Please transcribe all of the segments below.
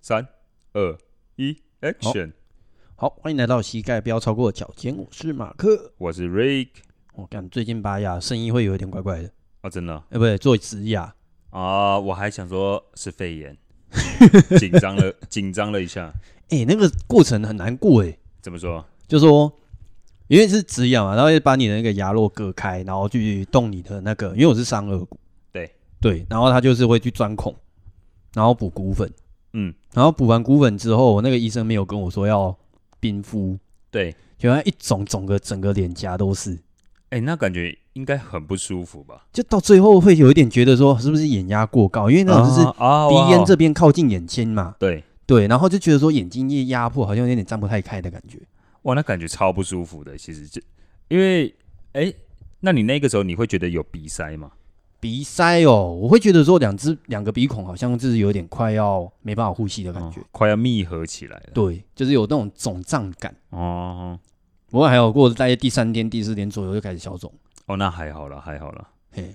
三二一，Action！好，欢迎来到膝盖不要超过脚尖，我是马克。我是 Rick 我、感最近拔牙声音会有一点怪怪的，啊，真的啊哎、不对，做植牙。啊，我还想说是肺 炎，紧张了，紧张了一下。哎、那个过程很难过哎，怎么说？就说因为是植牙嘛，然后就把你的那个牙肉割开，然后去动你的那个，因为我是上颚骨，对对，然后他就是会去钻孔，然后补骨粉，嗯，然后补完骨粉之后，那个医生没有跟我说要冰敷，对，就他一肿肿个整个脸颊都是。哎、那感觉应该很不舒服吧？就到最后会有一点觉得说是不是眼压过高，因为那种就是啊啊鼻哇咽这边靠近眼睛嘛，对，对，然后就觉得说眼睛一压迫，好像有点张不太开的感觉。哇，那感觉超不舒服的。其实就因为，哎、那你那个时候你会觉得有鼻塞吗？鼻塞哦，我会觉得说两只两个鼻孔好像就是有点快要没办法呼吸的感觉，哦快要密合起来了。对，就是有那种肿胀感。哦不过还有过大概第三天、第四天左右就开始消肿，哦，那还好了，还好了。嘿，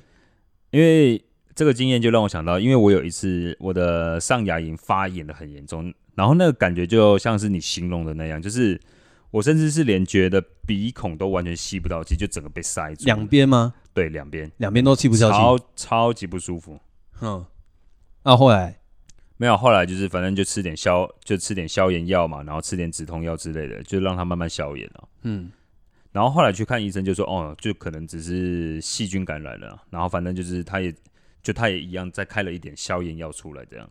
因为这个经验就让我想到，因为我有一次我的上牙龈发炎的很严重，然后那个感觉就像是你形容的那样，就是我甚至是连觉得鼻孔都完全吸不到气，就整个被塞住了，两边吗？对两边两边都气不消气。超超级不舒服。嗯，那、后来没有，后来就是反正就吃点消，就吃点消炎药嘛，然后吃点止痛药之类的，就让它慢慢消炎了、嗯，然后后来去看医生，就说哦，就可能只是细菌感染了，然后反正就是他也就他也一样再开了一点消炎药出来，这样。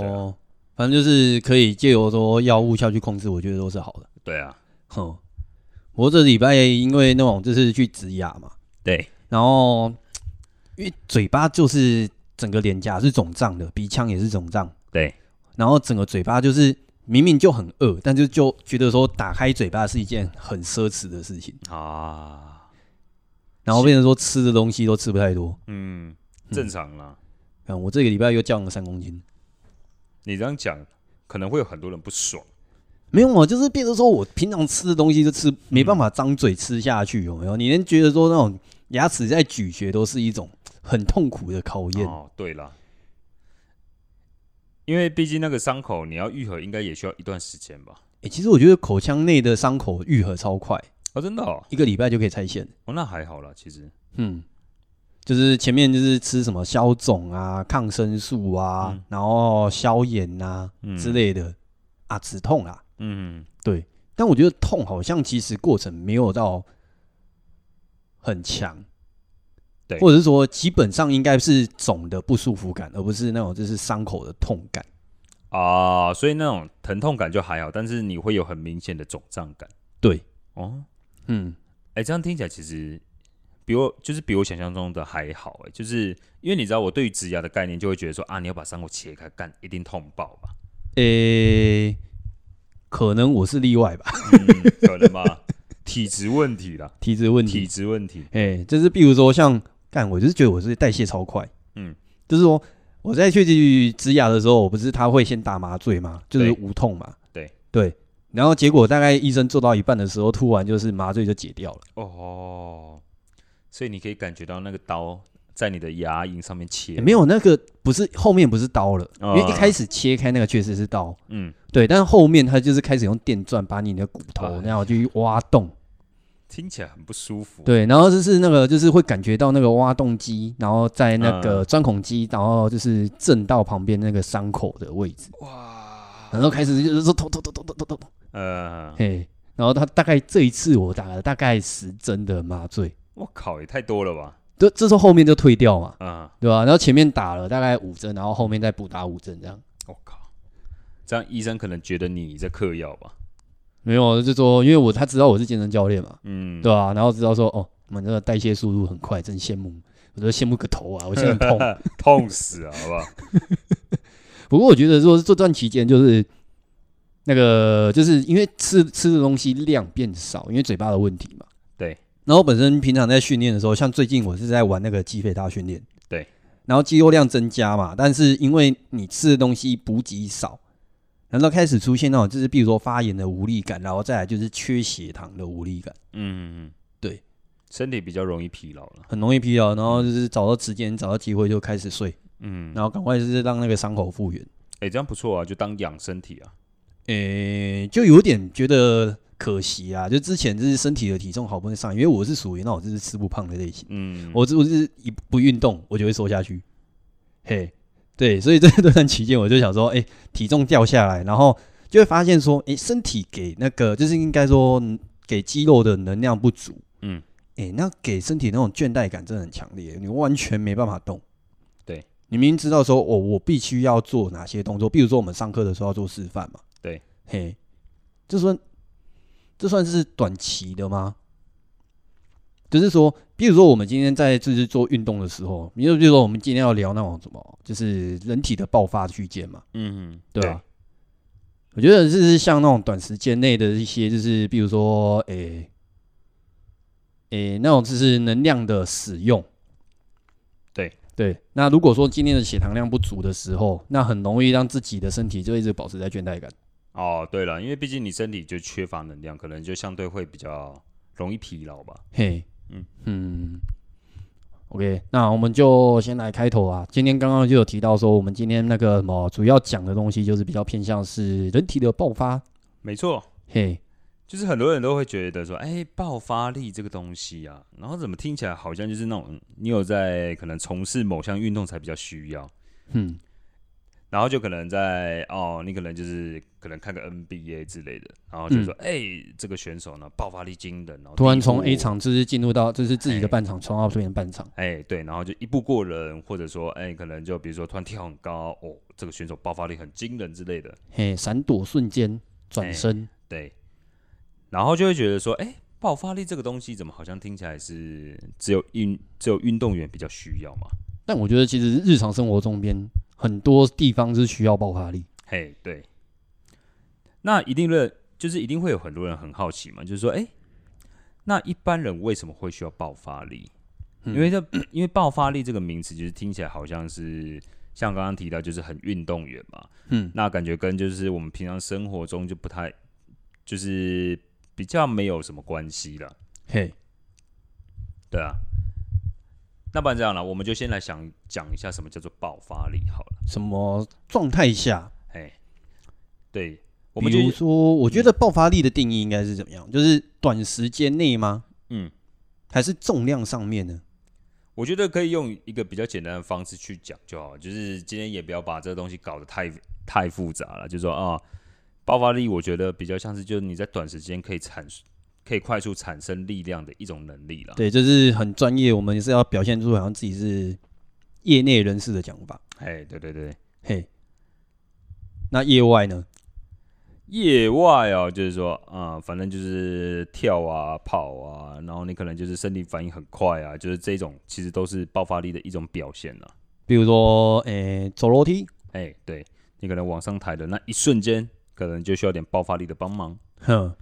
对啊哦，反正就是可以借由说药物下去控制，我觉得都是好的。对啊，哼，我这礼拜因为那种就是去植牙嘛，对，然后因为嘴巴就是整个脸颊是肿胀的，鼻腔也是肿胀，对，然后整个嘴巴就是明明就很饿，但是就觉得说打开嘴巴是一件很奢侈的事情，啊，然后变成说吃的东西都吃不太多。嗯，正常啦。嗯，我这个礼拜又降了三公斤，你这样讲，可能会有很多人不爽。没有啊，就是变成说我平常吃的东西就吃没办法张嘴吃下去，有没有？你连觉得说那种牙齿在咀嚼都是一种很痛苦的考验。哦，对啦，因为毕竟那个伤口你要愈合，应该也需要一段时间吧？欸，其实我觉得口腔内的伤口愈合超快，哦，真的哦，一个礼拜就可以拆线。哦那还好啦，其实嗯，就是前面就是吃什么消肿啊、抗生素啊，嗯然后消炎啊、之，类的啊，止痛啊。嗯，但我觉得痛好像其实过程没有到很强，对或者是说基本上应该是肿的不舒服感，而不是那种就是伤口的痛感。啊，所以那种疼痛感就还好，但是你会有很明显的肿胀感。对，哦，嗯，哎、这样听起来其实比我就是比我想象中的还好哎、就是因为你知道我对于植牙的概念就会觉得说啊，你要把伤口切开，干一定痛爆吧？诶、可能我是例外吧， 嗯，可能吧， 体质问题啦，体质问题体质问题。哎、就是比如说像干，我就是觉得我是代谢超快，嗯，就是说我在去植牙的时候，我不是他会先打麻醉嘛，就是对无痛嘛，对对，然后结果大概医生做到一半的时候，突然就是麻醉就解掉了，哦，所以你可以感觉到那个刀在你的牙龈上面切。也没有那个不是后面不是刀了，哦因为一开始切开那个确实是刀，嗯，对，但是后面他就是开始用电钻把你的骨头哎然后去挖洞，听起来很不舒服。，对，然后就是那个就是会感觉到那个挖洞机，然后在那个钻孔机，然后就是震到旁边那个伤口的位置。哇，然后开始就是说痛痛痛痛痛痛痛，呃，嘿，然后他大概这一次我打了大概十针的麻醉，我靠，也太多了吧？这这时候后面就退掉嘛，啊、对吧、然后前面打了大概五针，然后后面再补打五针这样。我靠，这样医生可能觉得你在嗑药吧？没有，就说因为我他知道我是健身教练嘛，嗯，对吧、然后知道说哦，我们这个代谢速度很快，真羡慕。我说羡慕个头啊，我现在 很痛。痛死啊，好不好？不过我觉得说这段期间就是那个，就是因为吃吃的东西量变少，因为嘴巴的问题嘛。对。然后本身平常在训练的时候，像最近我是在玩那个肌肥大训练，对。然后肌肉量增加嘛，但是因为你吃的东西补给少，然后开始出现那种就是比如说发炎的无力感，然后再来就是缺血糖的无力感，嗯，对，身体比较容易疲劳了。很容易疲劳，然后就是找到时间、找到机会就开始睡，嗯，然后赶快就是让那个伤口复原。哎、哎、这样不错啊，就当养身体啊。诶、就有点觉得可惜啊。就之前就是身体的体重好不容易上来，因为我是属于那种就是吃不胖的类型，嗯，我只我是一不运动我就会瘦下去，嘿，对，所以这这段期间我就想说，诶、哎体重掉下来，然后就会发现说，诶、身体给那个就是应该说嗯给肌肉的能量不足，嗯，诶、那给身体那种倦怠感真的很强烈，你完全没办法动。对，你明明知道说，哦，我必须要做哪些动作，比如说我们上课的时候要做示范嘛。对，嘿，这算这算是短期的吗？就是说，比如说我们今天在就是做运动的时候，你就比如说我们今天要聊那种什么，就是人体的爆发区间嘛。嗯，对吧、我觉得就是像那种短时间内的一些，就是比如说，诶、诶、那种就是能量的使用。对对，那如果说今天的血糖量不足的时候，那很容易让自己的身体就一直保持在倦怠感。哦，对了，因为毕竟你身体就缺乏能量，可能就相对会比较容易疲劳吧。嘿，嗯嗯，OK，那我们就先来开头啊。今天刚刚就有提到说，我们今天那个什么主要讲的东西，就是比较偏向是人体的爆发。没错，嘿，就是很多人都会觉得说，哎、爆发力这个东西啊，然后怎么听起来好像就是那种你有在可能从事某项运动才比较需要，嗯，然后就可能在哦，你可能就是可能看个 NBA 之类的，然后就说，哎、这个选手呢爆发力惊人，然后嗯突然第一从步 A 场就是进入到就是自己的哦哎半场，冲到这边半场。哎、对，然后就一步过人，或者说，哎、可能就比如说突然跳很高，哦，这个选手爆发力很惊人之类的，嘿，闪躲瞬间转身，对，然后就会觉得说，哎、爆发力这个东西怎么好像听起来是只有运只有运动员比较需要嘛？但我觉得其实日常生活中边很多地方是需要爆发力。嘿，对，那一定的就是一定会有很多人很好奇嘛，就是说，哎、那一般人为什么会需要爆发力？因为这因为爆发力这个名词，就是听起来好像是像刚刚提到，就是很运动员嘛，嗯，那感觉跟就是我们平常生活中就不太，就是比较没有什么关系了，嘿，对啊。那不然这样了，我们就先来想讲一下什么叫做爆发力好了。什么状态下？哎，对，我们就嗯比如说，我觉得爆发力的定义应该是怎么样？就是短时间内吗？嗯，还是重量上面呢？我觉得可以用一个比较简单的方式去讲就好了，就是今天也不要把这个东西搞得太太复杂了，就说啊，爆发力我觉得比较像是就是你在短时间可以产可以快速产生力量的一种能力了。对，就是很专业，我们是要表现出好像自己是业内人士的讲法。哎，对对对，嘿，那业外呢？业外哦，就是说啊、反正就是跳啊、跑啊，然后你可能就是身体反应很快啊，就是这种其实都是爆发力的一种表现了。比如说，诶、走楼梯，哎，对你可能往上抬的那一瞬间，可能就需要点爆发力的帮忙。哎哼，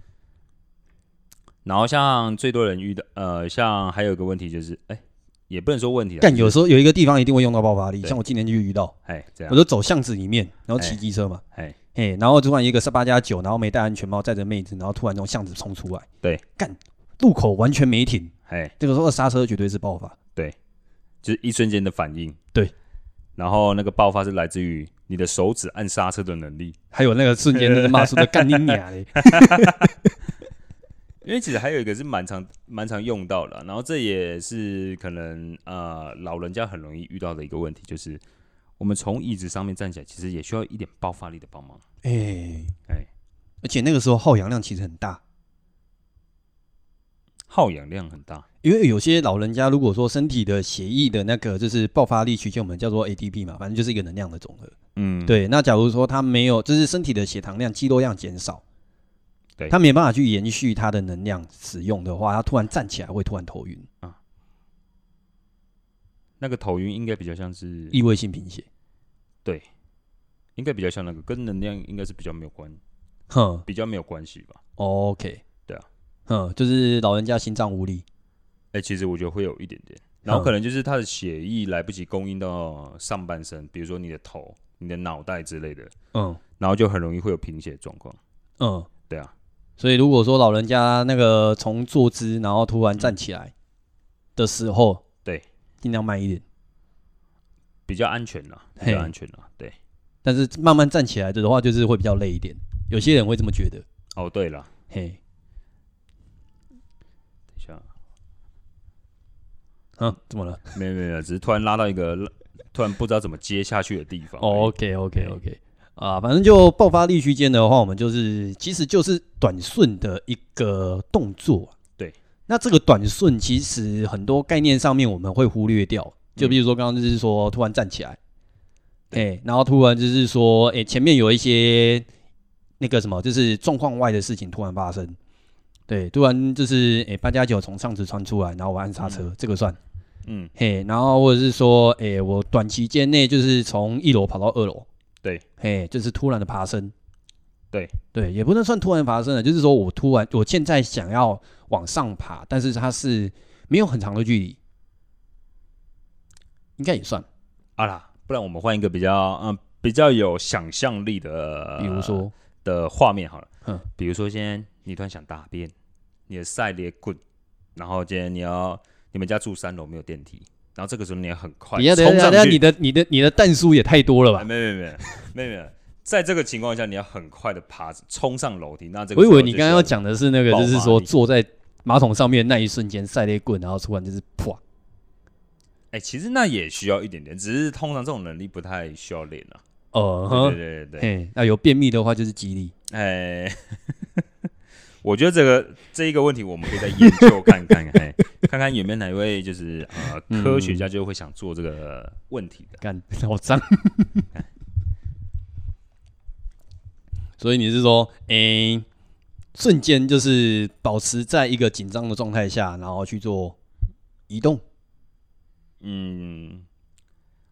然后像最多人遇到，呃，像还有一个问题就是，哎、也不能说问题啊，但就有是时候有一个地方一定会用到爆发力，对像我今年就遇到，哎这我样，就走巷子里面，然后骑哎机车嘛，哎嘿，然后突然一个十八加九，然后没戴安全帽，载着妹子，然后突然从巷子冲出来，对，干，路口完全没停，哎，这个时候刹车绝对是爆发，就是一瞬间的反应。对，然后那个爆发是来自于你的手指按刹车的能力，还有那个瞬间那个骂出的干你娘嘞，因为其实还有一个是蛮常蛮常用到的啊，然后这也是可能呃老人家很容易遇到的一个问题，就是我们从椅子上面站起来，其实也需要一点爆发力的帮忙。 哎，哎，而且那个时候耗氧量其实很大，耗氧量很大。因为有些老人家如果说身体的血液的那个就是爆发力区间，我们叫做 ATP 嘛，反正就是一个能量的总和。嗯，对，那假如说他没有，就是身体的血糖量、肌肉量减少，对他没办法去延续他的能量使用的话，他突然站起来会突然头晕，那个头晕应该比较像是，异位性贫血。应该比较像那个跟能量应该是比较没有关，哼比较没有关系吧。 ，OK，对啊，哼，就是老人家心脏无力，哎、其实我觉得会有一点点，然后嗯可能就是他的血液来不及供应到上半身，比如说你的头、你的脑袋之类的，嗯然后就很容易会有贫血状况。嗯，对啊，所以如果说老人家那个从坐姿然后突然站起来的时候，对，尽量慢一点。比较安全啦，嘿比较安全啦。对，但是慢慢站起来的话，就是会比较累一点。有些人会这么觉得，哦，对了，嘿，等一下，啊，怎么了、没有没有没有，只是突然拉到一个突然不知道怎么接下去的地方。 o k 哦 OK OK，啊，反正就爆发力区间的话，我们就是其实就是短顺的一个动作。啊对，那这个短顺其实很多概念上面我们会忽略掉，就比如说刚刚就是说突然站起来，哎、嗯对然后突然就是说，哎、前面有一些那个什么，就是状况外的事情突然发生。对，突然就是哎，搬家酒从上次穿出来，然后我按刹车，这个算。嗯，嘿，然后或者是说，诶，我短期间内就是从一楼跑到二楼，对，嘿，就是突然的爬升，对，对，也不能算突然爬升了，就是说我突然，我现在想要往上爬，但是它是没有很长的距离，应该也算，啊啦，不然我们换一个比较嗯、比较有想象力的，比如说，的画面好了，嗯比如说今天你突然想大便，你的赛列滚，然后今天你要你们家住三楼没有电梯，然后这个时候你要很快你要等冲一下上等一下去，你的你的你的弹数也太多了哎吧？没有没有没有没有没有，在这个情况下你要很快的爬冲上楼梯，那这个我以时候为你就刚刚需要讲的是那个，爆就是发说力坐在马桶上面那一瞬间赛雷棍，然后突然就是啪，哎、其实那也需要一点点，只是通常这种能力不太需要练啊。对呃，哼对对对，嘿，那有便秘的话就是激励。哎、 我觉得这个这一个问题，我们可以再研究看看，哎，看看有没有哪一位就是呃科学家就会想做这个问题的。干， 好脏。所以你是说，诶、瞬间就是保持在一个紧张的状态下，然后去做移动。嗯，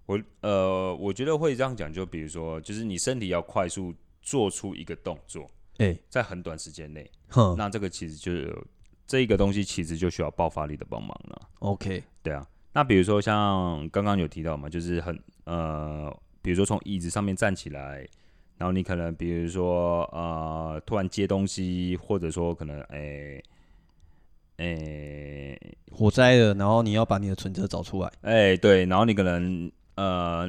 我呃，我觉得会这样讲，就比如说，就是你身体要快速做出一个动作，诶、在很短时间内，哼那这个其实就是这一个东西，其实就需要爆发力的帮忙了。 ，OK，对啊，那比如说像刚刚有提到嘛，就是很呃，比如说从椅子上面站起来，然后你可能比如说呃，突然接东西，或者说可能哎诶诶火灾了，然后你要把你的存折找出来。诶，哎对，然后你可能呃，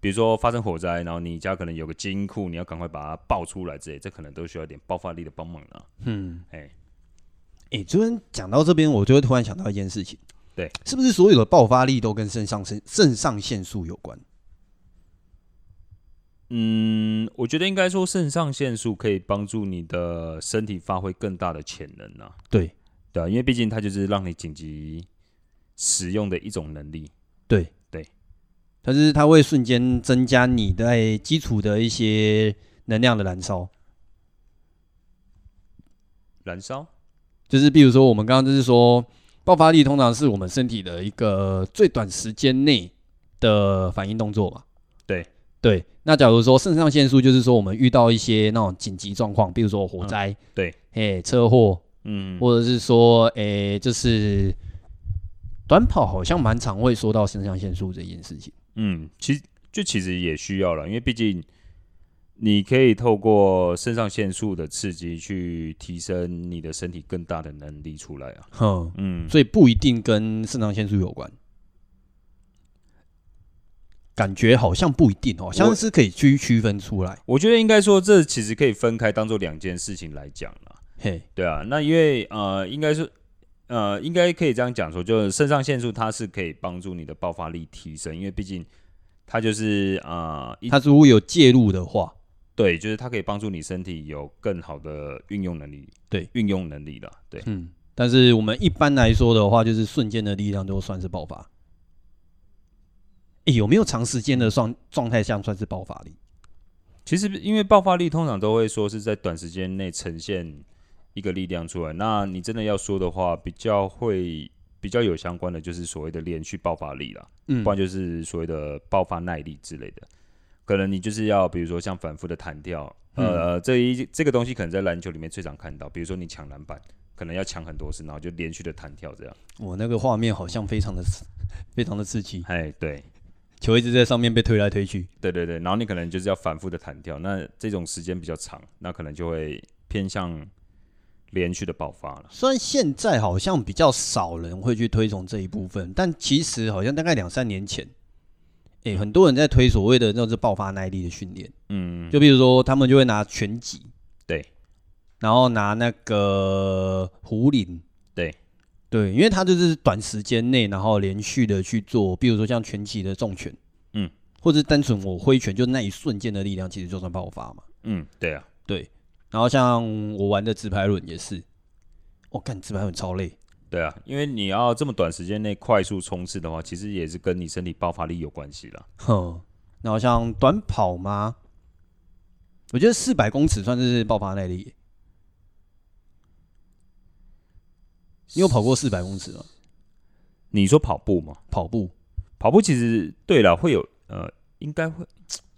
比如说发生火灾，然后你家可能有个金库，你要赶快把它爆出来之类，这可能都需要一点爆发力的帮忙啊。嗯，哎诶、昨天讲哎到这边，我就会突然想到一件事情，对，是不是所有的爆发力都跟肾上腺肾上腺素有关？嗯，我觉得应该说肾上腺素可以帮助你的身体发挥更大的潜能啊。对，对、啊，因为毕竟它就是让你紧急使用的一种能力。对对，但是它会瞬间增加你在基础的一些能量的燃烧。燃烧，就是比如说我们刚刚就是说，爆发力通常是我们身体的一个最短时间内的反应动作嘛。对对，那假如说肾上腺素就是说我们遇到一些那种紧急状况，比如说火灾、嗯对，哎，车祸，嗯，或者是说，哎，就是短跑好像蛮常会说到肾上腺素这件事情。嗯，其实就其实也需要了，因为毕竟你可以透过肾上腺素的刺激去提升你的身体更大的能力出来啊。哼，嗯，所以不一定跟肾上腺素有关。感觉好像不一定哦，像是可以区区分出来。我觉得应该说这其实可以分开当做两件事情来讲了。嘿，对啊，那因为呃，应该是呃，应该可以这样讲说，就是肾上腺素它是可以帮助你的爆发力提升，因为毕竟它就是呃一它如果有介入的话，对，就是它可以帮助你身体有更好的运用能力，对，运用能力了，对，嗯，但是我们一般来说的话，就是瞬间的力量都算是爆发。诶，有没有长时间的状状态下算是爆发力？其实因为爆发力通常都会说是在短时间内呈现一个力量出来，那你真的要说的话，比较会比较有相关的就是所谓的连续爆发力啦，嗯不然就是所谓的爆发耐力之类的。可能你就是要，比如说像反复的弹跳，呃，这一这个东西可能在篮球里面最常看到，比如说你抢篮板，可能要抢很多次，然后就连续的弹跳这样。我那个画面好像非常的非常的刺激，哎，对，球一直在上面被推来推去。对对对，然后你可能就是要反复的弹跳，那这种时间比较长，那可能就会偏向连续的爆发了。虽然现在好像比较少人会去推崇这一部分，但其实好像大概两三年前，诶、很多人在推所谓的那种是爆发耐力的训练，嗯，就比如说他们就会拿拳击，对，然后拿那个壶铃，对，对，因为它就是短时间内，然后连续的去做，比如说像拳击的重拳，嗯，或者单纯我挥拳，就那一瞬间的力量，其实就算爆发嘛。嗯，对啊，对，然后像我玩的直排轮也是，我、干直排轮超累，对啊，因为你要这么短时间内快速冲刺的话，其实也是跟你身体爆发力有关系啦。 哼。然后像短跑嘛，我觉得四百公尺算是爆发耐力。你有跑过四百公尺吗？你说跑步吗？跑步跑步其实对了，会有呃，应该会，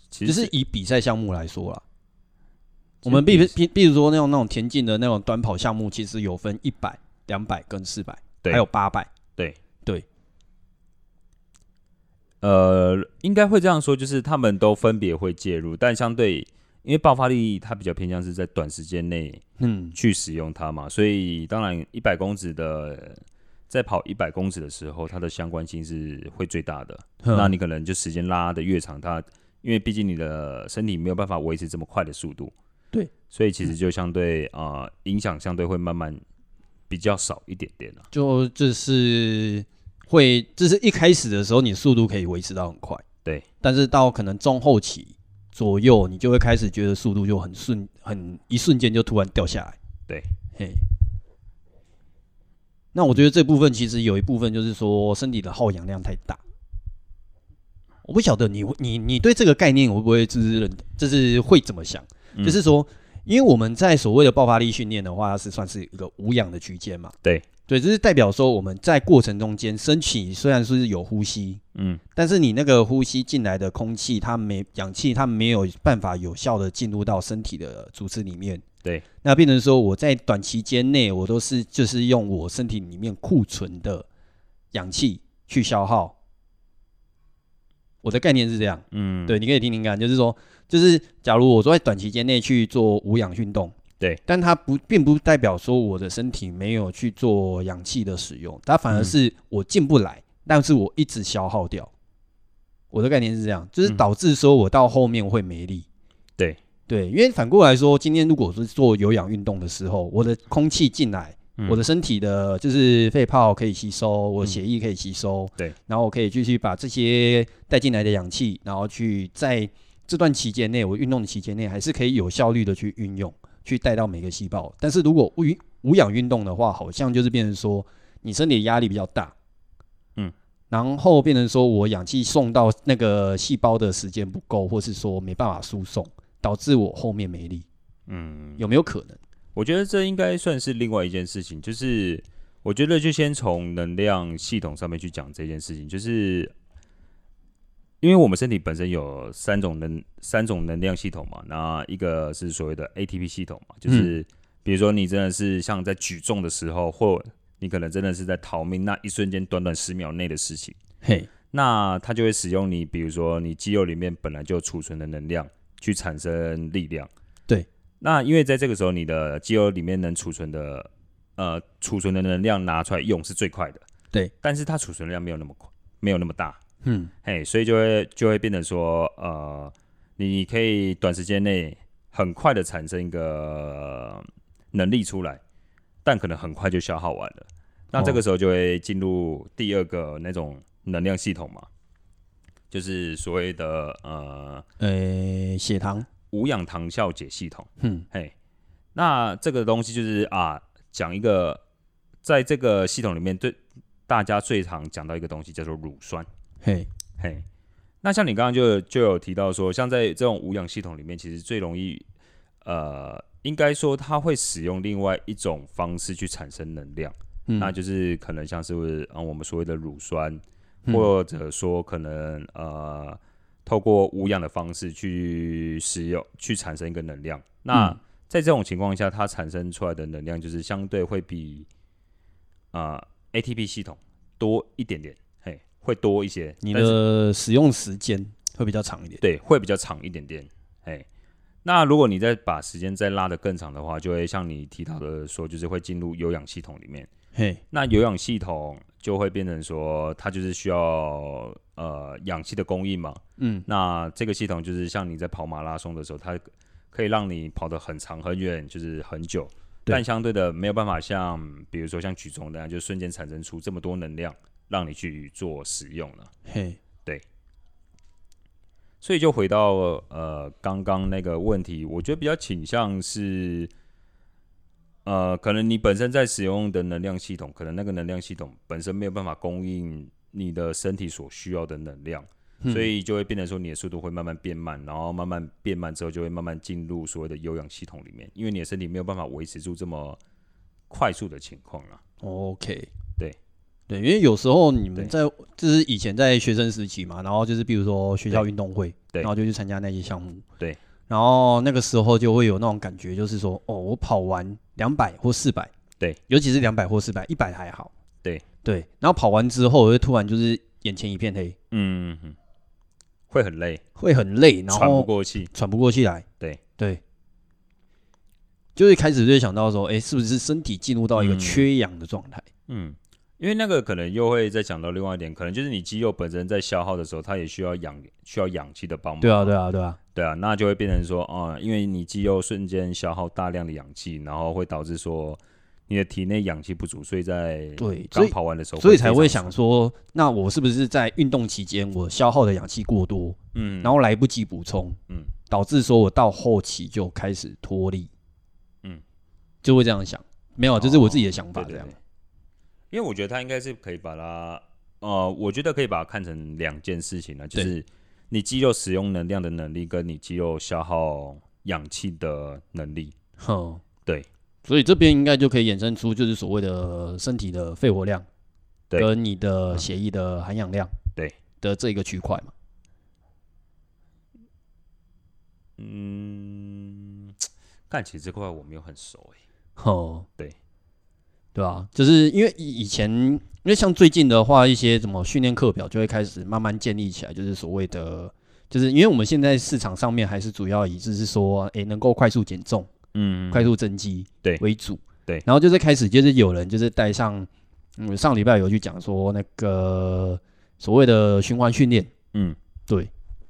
其就实是以比赛项目来说啦，其实我们比比比比如说那种那种田径的那种短跑项目，其实有分一百、两百跟四百，对还有八百。呃，应该会这样说，就是他们都分别会介入，但相对因为爆发力它比较偏向是在短时间内嗯，去使用它嘛，所以当然一百公尺的在跑一百公尺的时候，它的相关性是会最大的。哼那你可能就时间拉的越长，它因为毕竟你的身体没有办法维持这么快的速度，对，所以其实就相对啊、呃影响相对会慢慢比较少一点啊点了、就就是会，就是一开始的时候你速度可以维持到很快，对，但是到可能中后期左右，你就会开始觉得速度就很瞬，很一瞬间就突然掉下来，对，嘿。那我觉得这部分其实有一部分就是说身体的耗氧量太大。我不晓得你会你你对这个概念会不会就是认，就是会怎么想？嗯就是说，因为我们在所谓的爆发力训练的话，是算是一个无氧的区间嘛？对对，就是代表说我们在过程中间身体虽然是有呼吸，嗯，但是你那个呼吸进来的空气，它没氧气，它没有办法有效的进入到身体的组织里面。对，那变成说我在短期间内，我都是就是用我身体里面库存的氧气去消耗。我的概念是这样。嗯，对，你可以听听看，就是说，就是假如我说在短期间内去做无氧运动，对，但它不并不代表说我的身体没有去做氧气的使用，它反而嗯是我进不来，但是我一直消耗掉。我的概念是这样，就是嗯导致说我到后面会没力。对对，因为反过来说，今天如果是做有氧运动的时候，我的空气进来，嗯我的身体的就是肺泡可以吸收，我的嗯血液可以吸收，对，然后我可以继续把这些带进来的氧气，然后去在这段期间内，我运动的期间内，还是可以有效率的去运用，去带到每个细胞。但是如果无无氧运动的话，好像就是变成说你身体的压力比较大，嗯，然后变成说我氧气送到那个细胞的时间不够，或是说没办法输送，导致我后面没力，嗯，有没有可能？我觉得这应该算是另外一件事情，就是我觉得就先从能量系统上面去讲这件事情，就是因为我们身体本身有三种能三种能量系统嘛，那一个是所谓的 ATP 系统嘛，就是比如说你真的是像在举重的时候，或你可能真的是在逃命那一瞬间短短十秒内的事情，嘿，那它就会使用你，比如说你肌肉里面本来就储存的能量去产生力量。对。那因为在这个时候，你的肌肉里面能储存的呃储存的能量拿出来用是最快的。对。但是它储存量没有那么快，没有那么大，嗯，嘿，所以就会就会变成说，呃，你可以短时间内很快的产生一个能力出来，但可能很快就消耗完了。那这个时候就会进入第二个那种能量系统嘛，就是所谓的呃呃，血糖，无氧糖酵解系统。嗯，嘿，那这个东西就是啊，讲一个在这个系统里面最大家最常讲到一个东西叫做乳酸。嘿，嘿，那像你刚刚就就有提到说，像在这种无氧系统里面，其实最容易，呃，应该说它会使用另外一种方式去产生能量，嗯，那就是可能像是嗯我们所谓的乳酸，嗯或者说可能呃透过无氧的方式去使用去产生一个能量。那、嗯在这种情况下，它产生出来的能量就是相对会比啊、呃 ATP 系统多一点点，嘿，会多一些。你但是的使用时间会比较长一点。对，会比较长一点点。哎，那如果你再把时间再拉得更长的话，就会像你提到的说，就是会进入有氧系统里面。嘿，那有氧系统就会变成说，它就是需要嗯、呃氧气的供应嘛。嗯，那这个系统就是像你在跑马拉松的时候，它可以让你跑得很长很远，就是很久。对但相对的，没有办法像比如说像举重那样，就瞬间产生出这么多能量让你去做使用了。嘿，所以就回到呃刚刚那个问题，我觉得比较倾向是，呃，可能你本身在使用的能量系统，可能那个能量系统本身没有办法供应你的身体所需要的能量，嗯所以就会变成说你的速度会慢慢变慢，然后慢慢变慢之后就会慢慢进入所谓的有氧系统里面，因为你的身体没有办法维持住这么快速的情况啊。嗯 OK，对对，因为有时候你们对在就是以前在学生时期嘛，然后就是比如说学校运动会，对然后就去参加那些项目，对，然后那个时候就会有那种感觉，就是说哦，我跑完两百或四百，对，尤其是两百或四百，一百还好，对对，然后跑完之后，我就突然就是眼前一片黑，嗯，嗯会很累，会很累，然喘不后过气。喘不过气来，对对。就会开始就会想到说，哎、是不是身体进入到一个嗯缺氧的状态？嗯，因为那个可能又会再讲到另外一点，可能就是你肌肉本身在消耗的时候，它也需要氧需要氧气的帮忙。对啊，对啊，对啊，对啊，那就会变成说，啊、因为你肌肉瞬间消耗大量的氧气，然后会导致说你的体内氧气不足，所以在对，所刚以跑完的时候，所以才会想，说，那我是不是在运动期间我消耗的氧气过多，嗯，然后来不及补充，嗯导致说我到后期就开始脱力，嗯，哦就会这样想。没有，这是我自己的想法，对这对样对。，因为我觉得它应该是可以把它，呃，我觉得可以把它看成两件事情呢，啊就对是你肌肉使用能量的能力，跟你肌肉消耗氧气的能力。哼，对。所以这边应该就可以衍生出，就是所谓的身体的肺活量，对嗯跟你的血液的含氧量，对的这个区块嘛。嗯，但其实这块我没有很熟哎、哦，对，对啊，就是因为以以前，因为像最近的话，一些什么训练课表就会开始慢慢建立起来，就是所谓的，就是因为我们现在市场上面还是主要以就是说，诶、能够快速减重、嗯快速增肌对为主，对然后就是开始就是有人就是带上，嗯，上礼拜有去讲说那个所谓的循环训练，嗯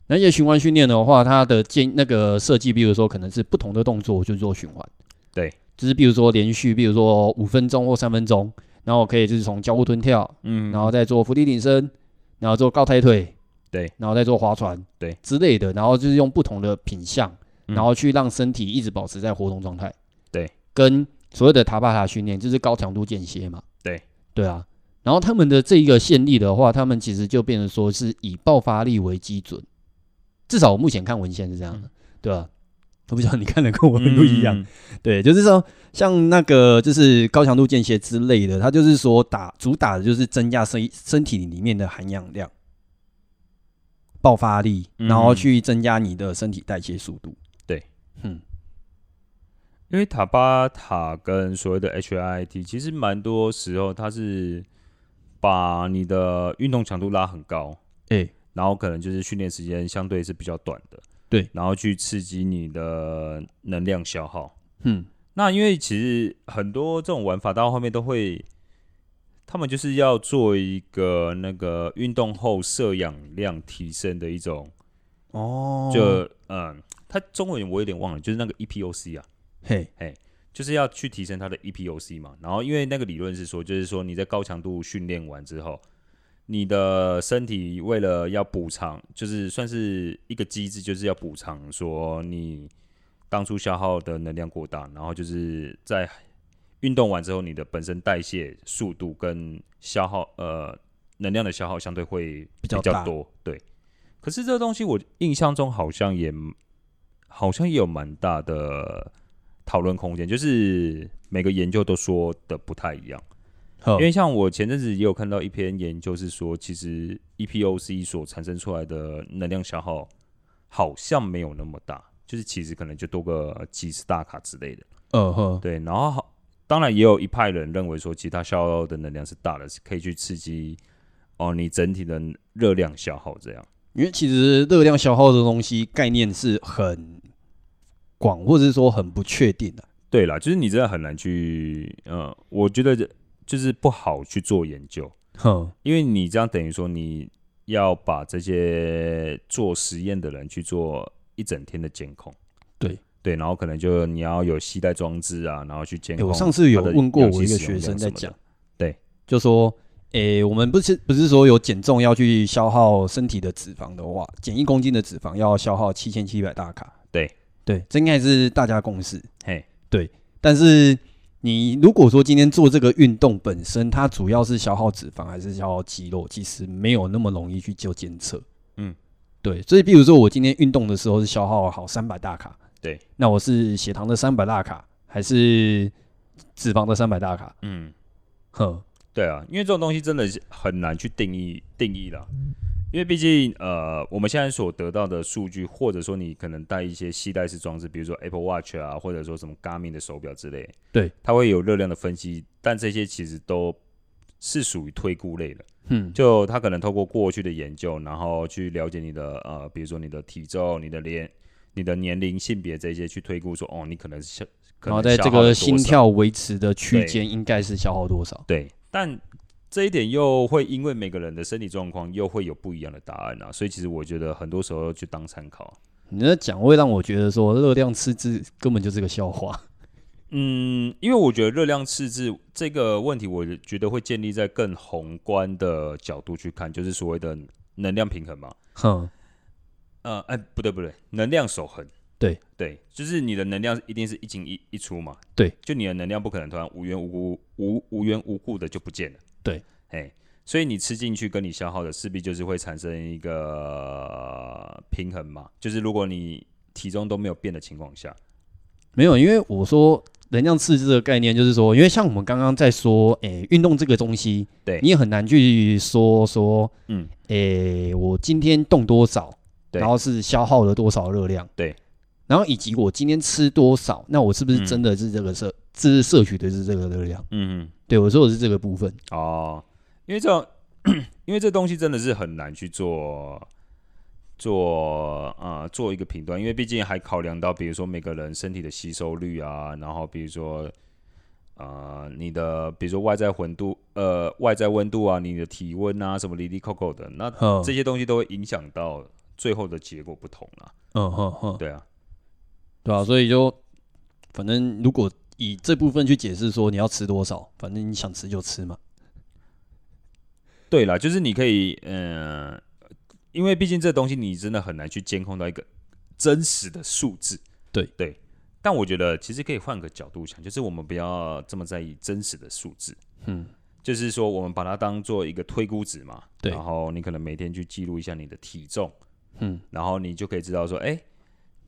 那些循环训练的话，它的建那个设计，比如说可能是不同的动作去做循环，对，就是比如说连续，比如说五分钟或三分钟，然后可以就是从交互蹲跳，嗯，然后再做伏地挺身，然后做高抬腿，对，然后再做划船，对之类的，然后就是用不同的品相，嗯然后去让身体一直保持在活动状态，对，跟所谓的塔巴塔训练就是高强度间歇嘛，对，对啊，然后他们的这一个县例的话，他们其实就变成说是以爆发力为基准，至少我目前看文献是这样的，对啊，我不知道你看的跟我嗯们不一样，，对，就是说像那个就是高强度间歇之类的，它就是说打主打的就是增加身身体里面的含氧量、爆发力，嗯然后去增加你的身体代谢速度。对，嗯，因为塔巴塔跟所谓的 HIIT，其实蛮多时候它是把你的运动强度拉很高，哎、然后可能就是训练时间相对是比较短的，对，然后去刺激你的能量消耗。嗯，那因为其实很多这种玩法到后面都会，他们就是要做一个那个运动后摄氧量提升的一种，哦就、嗯，它中文我有点忘了，就是那个 EPOC 啊，嘿，就是要去提升它的 E EPOC 嘛。然后因为那个理论是说，就是说你在高强度训练完之后，你的身体为了要补偿，就是算是一个机制，就是要补偿说你当初消耗的能量过大，然后就是在运动完之后，你的本身代谢速度跟消耗呃能量的消耗相对会比较较大多。对，可是这个东西我印象中好像也好像也有蛮大的讨论空间，就是每个研究都说的不太一样。好因为像我前阵子也有看到一篇研究，是说其实 E EPOC 所产生出来的能量消耗好像没有那么大，就是其实可能就多个几十大卡之类的。呃呵，对，然后好，当然也有一派人认为说，其他消耗的能量是大的，是可以去刺激哦你整体的热量消耗这样。因为其实热量消耗的东西概念是很广，或者是说很不确定的、对啦，就是你真的很难去，呃，我觉得这就是不好去做研究，哼，因为你这样等于说你要把这些做实验的人去做一整天的监控。对对，然后可能就你要有携带装置啊，然后去监欸控它我的氧气使用量什么的。上次有问过我一个学生在讲，对，就说，诶、我们不是不是说有减重要去消耗身体的脂肪的话，减一公斤的脂肪要消耗七千七百大卡。对对，这应该是大家共识。嘿，但是你如果说今天做这个运动本身，它主要是消耗脂肪还是消耗肌肉，其实没有那么容易去就监测。嗯，对，所以比如说我今天运动的时候是消耗好三百大卡，对，那我是血糖的三百大卡还是脂肪的三百大卡？嗯，哼，对啊，因为这种东西真的是很难去定义定义啦。嗯因为毕竟，呃，我们现在所得到的数据，或者说你可能带一些系带式装置，比如说 Apple Watch 啊，或者说什么 Garmin 的手表之类，对，它会有热量的分析，但这些其实都是属于推估类的。嗯，就他可能透过过去的研究，然后去了解你的呃，比如说你的体重、你的年、你的年龄、性别这些，去推估说，哦，你可能是可然能后在消这耗了个多心少跳维持的区对间应该是消耗多少？对，但这一点又会因为每个人的身体状况又会有不一样的答案啊，所以其实我觉得很多时候去当参考。你的讲会让我觉得说热量赤字根本就是个笑话。嗯，因为我觉得热量赤字这个问题，我觉得会建立在更宏观的角度去看，就是所谓的能量平衡嘛。哼，呃，哎，不对不对，能量守恒。对对，就是你的能量一定是一进一一出嘛。对，就你的能量不可能突然无缘无故无无缘无故的就不见了。对，哎，所以你吃进去跟你消耗的势必就是会产生一个、呃平衡嘛。就是如果你体重都没有变的情况下，没有，因为我说能量赤字的概念，就是说，因为像我们刚刚在说，诶、运动这个东西，对你也很难去说说，嗯，诶、我今天动多少，对然后是消耗了多少热量，对，然后以及我今天吃多少，那我是不是嗯真的是这个摄，这是摄取的是这个热量？嗯嗯，对我说的是这个部分，哦，因为这种 因为这东西真的是很难去做做呃做一个评断，因为毕竟还考量到比如说每个人身体的吸收率啊，然后比如说呃你的比如说外在温度呃外在温度啊，你的体温啊什么里里扣扣的，那嗯，这些东西都会影响到最后的结果不同啦。嗯哼哼，对啊，对啊，所以就反正如果以这部分去解释说你要吃多少，反正你想吃就吃嘛，对啦，就是你可以嗯、呃因为毕竟这东西你真的很难去监控到一个真实的数字。对对，但我觉得其实可以换个角度想，就是我们不要这么在意真实的数字，嗯，就是说我们把它当做一个推估值嘛。对然后你可能每天去记录一下你的体重，嗯，然后你就可以知道说，哎，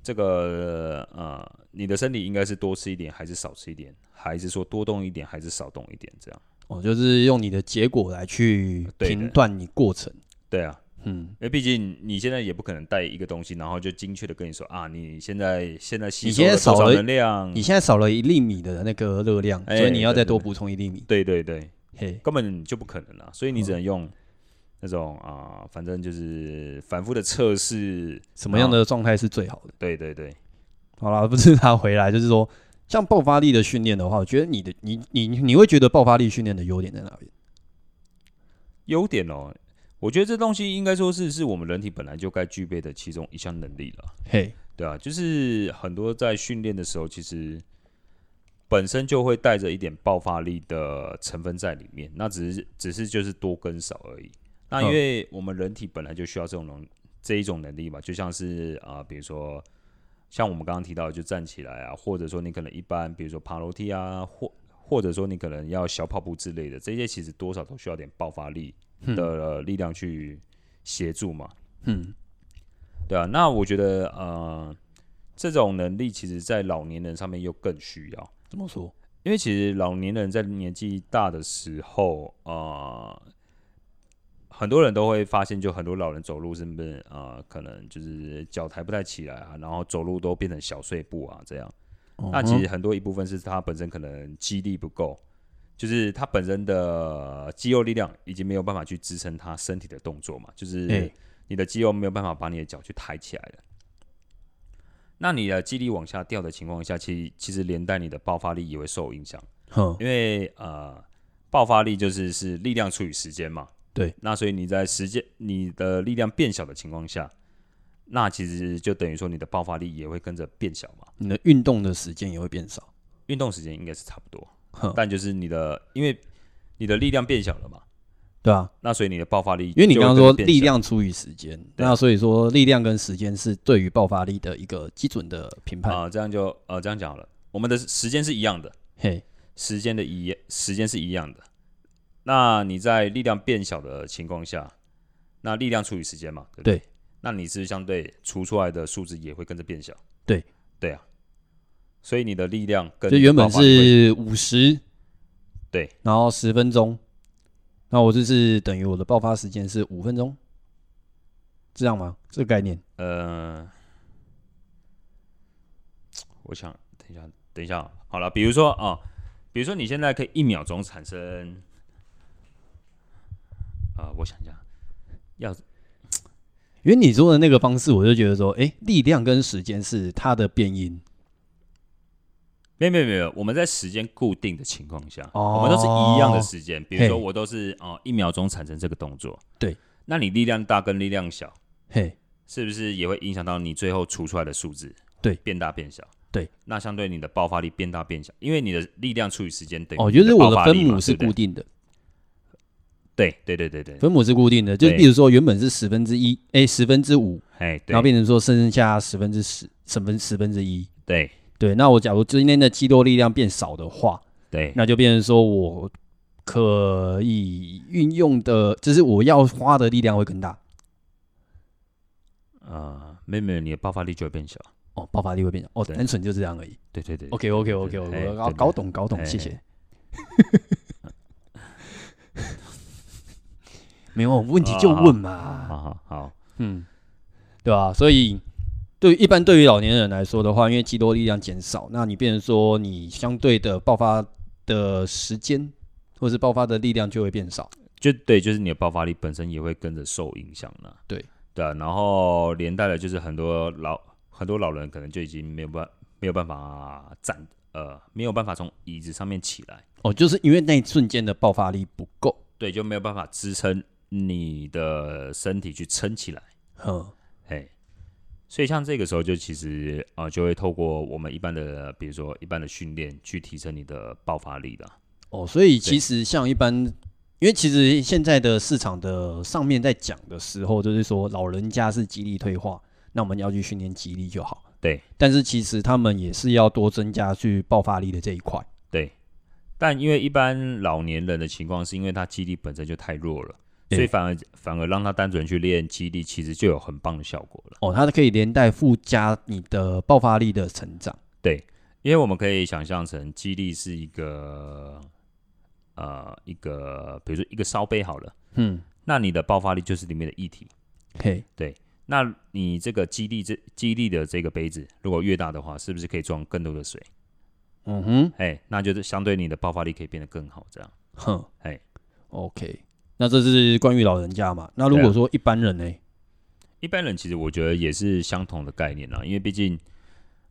这个呃，你的身体应该是多吃一点，还是少吃一点，还是说多动一点，还是少动一点？这样，哦，就是用你的结果来去对的评断你过程。对啊。嗯，因为毕竟你现在也不可能带一个东西，然后就精确的跟你说啊，你现在现在吸你收现在了少多少了能量你？现在少了一粒米的那个热量，哎所以你要再对对多对补充一粒米。对对对，嘿，根本就不可能啦，啊所以嗯你只能用那种啊、反正就是反复的测试。什么样的状态是最好的？对对对，好啦，不是他回来，就是说，像爆发力的训练的话，我觉得你的你你你会觉得爆发力训练的优点在哪边？优点哦，我觉得这东西应该说是是我们人体本来就该具备的其中一项能力了。嘿，对啊，就是很多在训练的时候，其实本身就会带着一点爆发力的成分在里面，那只是只是就是多跟少而已。那因嗯为我们人体本来就需要这种能这一种能力嘛，就像是啊、比如说像我们刚刚提到的，就站起来啊，或者说你可能一般，比如说爬楼梯啊，或或者说你可能要小跑步之类的，这些其实多少都需要点爆发力的、呃力量去协助嘛。嗯，对啊，那我觉得呃，这种能力其实在老年人上面又更需要，怎么说？因为其实老年人在年纪大的时候，呃，很多人都会发现，就很多老人走路是不是呃，可能就是脚抬不太起来啊，然后走路都变成小碎步啊这样。嗯那其实很多一部分是他本身可能肌力不够，就是他本身的肌肉力量已经没有办法去支撑他身体的动作嘛，就哎是你的肌肉没有办法把你的脚去抬起来了。那你的肌力往下掉的情况下，其实其实连带你的爆发力也会受影响，哼，因为呃，爆发力就是是力量除以时间嘛，对，那所以你在时间你的力量变小的情况下，那其实就等于说你的爆发力也会跟着变小嘛。你的运动的时间也会变少。运动时间应该是差不多，哼，但就是你的因为你的力量变小了嘛，对啊，那所以你的爆发力因为你就刚会刚跟说着变力小量除以时间，对那所以说力量跟时间是对于爆发力的一个基准的评判。啊、这样就呃这样讲好了，我们的时间是一样的，嘿，时间的一时间是一样的。那你在力量变小的情况下，那力量除以时间嘛，对不对那你是相对除出来的数值也会跟着变小。对，对啊。所以你的力量跟就你原本爆发力会是五十，对，然后十分钟，那我就是等于我的爆发时间是五分钟，这样吗？这个概念呃，我想等一下，等一下，好了，比如说啊、比如说你现在可以一秒钟产生，啊、我想一下，要因为你说的那个方式，我就觉得说，哎、力量跟时间是它的变音没有没有没有，我们在时间固定的情况下，哦我们都是一样的时间。比如说，嘿我都是哦、呃一秒钟产生这个动作。对，那你力量大跟力量小，嘿，是不是也会影响到你最后除出来的数字？对变大变小。对，那相对你的爆发力变大变小，因为你的力量除以时间等于哦，就是你我爆的发力分嘛母是对固不定的，对对对对对对，分母是固定的，就是对比如说原本是十分之一，哎，十分之五，哎，对然后变成说剩下十分之十，十分十分之一。对对，那我假如今天的肌肉力量变少的话，对那就变成说我可以运用的，就是我要花的力量会更大啊，没有没有，你的爆发力就会变小。哦，爆发力会变小哦，对单纯就这样而已。对对对 OK OK OK 对对 OK，对搞对哎搞懂搞懂，嘿谢嘿谢。 没有问题就问嘛，好好好，嗯，对吧、所以对于一般对于老年人来说的话，因为肌肉力量减少，那你变成说你相对的爆发的时间或是爆发的力量就会变少。就对，就是你的爆发力本身也会跟着受影响了。对对啊，然后连带的就是很多老很多老人可能就已经没有办没有办法站呃没有办法从椅子上面起来，哦，就是因为那一瞬间的爆发力不够，对，就没有办法支撑你的身体去撑起来，嗯，哎，所以像这个时候就其实啊、呃就会透过我们一般的比如说一般的训练去提升你的爆发力的，哦，所以其实像一般，因为其实现在的市场的上面在讲的时候，就是说老人家是肌力退化，那我们要去训练肌力就好。对，但是其实他们也是要多增加去爆发力的这一块。但因为一般老年人的情况，是因为他肌力本身就太弱了，对所以反而反而让他单纯去练肌力，其实就有很棒的效果了。哦，它可以连带附加你的爆发力的成长。因为我们可以想象成肌力是一个呃一个，比如说一个烧杯好了，嗯，那你的爆发力就是里面的液体。嘿，那你这个肌力这肌力的这个杯子，如果越大的话，是不是可以装更多的水？嗯哼，哎，那就是相对你的爆发力可以变得更好，这样。哼，哎，OK，那这是关于老人家嘛？那如对果啊说一般人呢？一般人其实我觉得也是相同的概念啦，因为毕竟，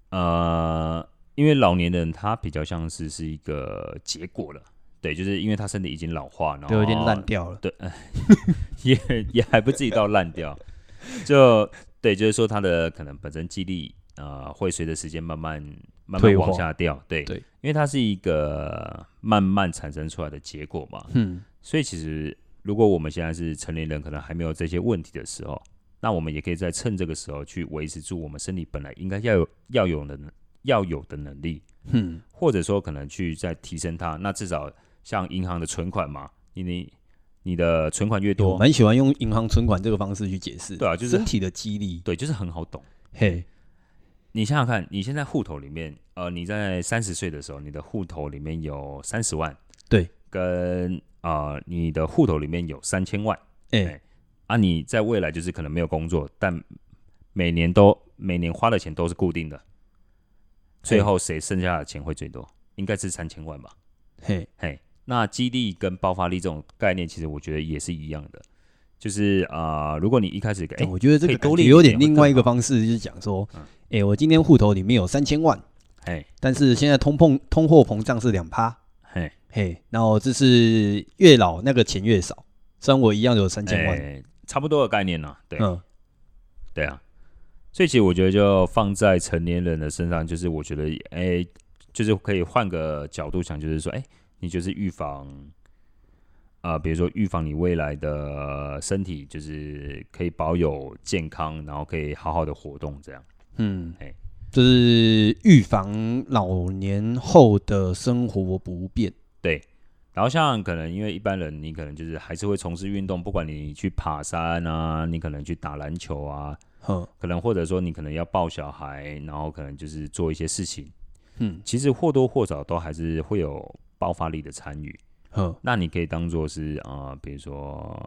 呃，因为老年人他比较像是是一个结果了，对，就是因为他身体已经老化，然后都有点烂，掉了。 也也还不至于到烂掉，就对，就是说他的可能本身肌力呃会随着时间慢慢慢慢退化往下掉，对，对因为它是一个慢慢产生出来的结果嘛，嗯，所以其实如果我们现在是成年人，可能还没有这些问题的时候，那我们也可以在趁这个时候去维持住我们身体本来应该要有要有的要有的能力，嗯，或者说可能去再提升它。那至少像银行的存款嘛，你你你的存款越我多，蛮喜欢用银行存款这个方式去解释。对啊就是身体的肌力。对，就是很好懂。嘿，你想想看，你现在户头里面，呃，你在三十岁的时候，你的户头里面有三十万，对，跟啊、呃你的户头里面有三千万。哎哎，啊，你在未来就是可能没有工作，但每年都每年花的钱都是固定的，最后谁剩下的钱会最多？应该是三千万吧。嘿，嘿，那激励跟爆发力这种概念，其实我觉得也是一样的，就是啊、呃如果你一开始哎、但我觉得这可个以感多觉练一有点点会另更外一个好方式，就是讲说，嗯哎，我今天户头里面有三千万，哎但是现在通膨通货膨胀是两趴，嘿嘿，然后这是越老那个钱越少，虽然我一样有三千万，哎，差不多的概念呢、对、嗯，对啊，所以其实我觉得就放在成年人的身上，就是我觉得哎、就是可以换个角度想，就是说哎、你就是预防。啊、比如说预防你未来的身体，就是可以保有健康，然后可以好好的活动，这样。嗯哎，就是预防老年后的生活不便。然后像可能因为一般人，你可能就是还是会从事运动，不管你去爬山啊，你可能去打篮球啊，哼，可能或者说你可能要抱小孩，然后可能就是做一些事情，嗯，其实或多或少都还是会有爆发力的参与。哼，那你可以当做是啊、呃比如说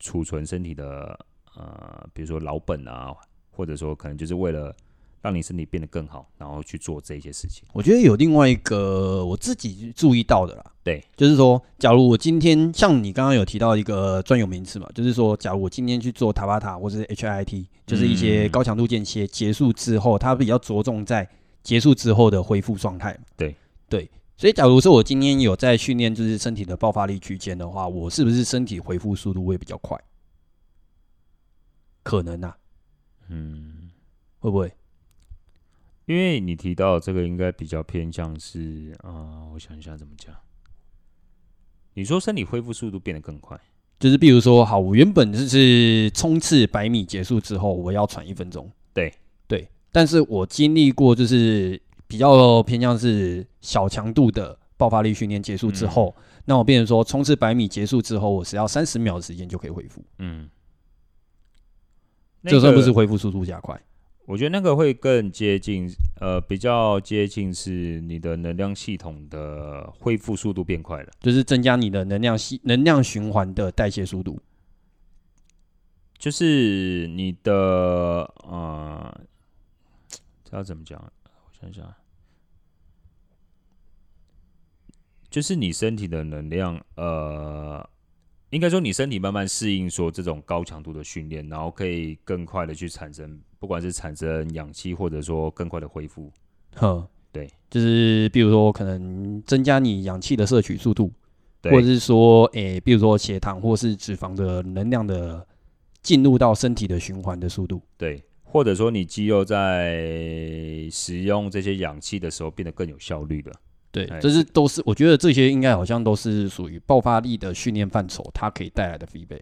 储存身体的呃，比如说老本啊，或者说可能就是为了让你身体变得更好，然后去做这些事情。我觉得有另外一个我自己注意到的啦，对，就是说，假如我今天像你刚刚有提到一个专有名词嘛，就是说，假如我今天去做塔巴塔或者是 HIT，就是一些嗯高强度间歇结束之后，它比较着重在结束之后的恢复状态嘛。对对，所以假如说我今天有在训练就是身体的爆发力区间的话，我是不是身体恢复速度会比较快？可能啊，嗯，会不会？因为你提到这个，应该比较偏向是啊、呃我想一下怎么讲。你说身体恢复速度变得更快，就是比如说，好，我原本就是冲刺百米结束之后，我要喘一分钟，对对，但是我经历过就是比较偏向是小强度的爆发力训练结束之后，嗯那我变成说冲刺百米结束之后，我只要三十秒的时间就可以恢复，嗯，这算不那是个恢复速度加快？我觉得那个会更接近，呃，比较接近是你的能量系统的恢复速度变快了。就是增加你的能量系能量循环的代谢速度。就是你的呃，这要怎么讲啊？我想想啊，就是你身体的能量，呃，应该说你身体慢慢适应说这种高强度的训练，然后可以更快的去产生，不管是产生氧气，或者说更快的恢复。哼，对，就是比如说可能增加你氧气的摄取速度，对或者是说，诶、比如说血糖或是脂肪的能量的进入到身体的循环的速度。对，或者说你肌肉在使用这些氧气的时候变得更有效率了。对哎，这是都是我觉得这些应该好像都是属于爆发力的训练范畴，它可以带来的 feedback。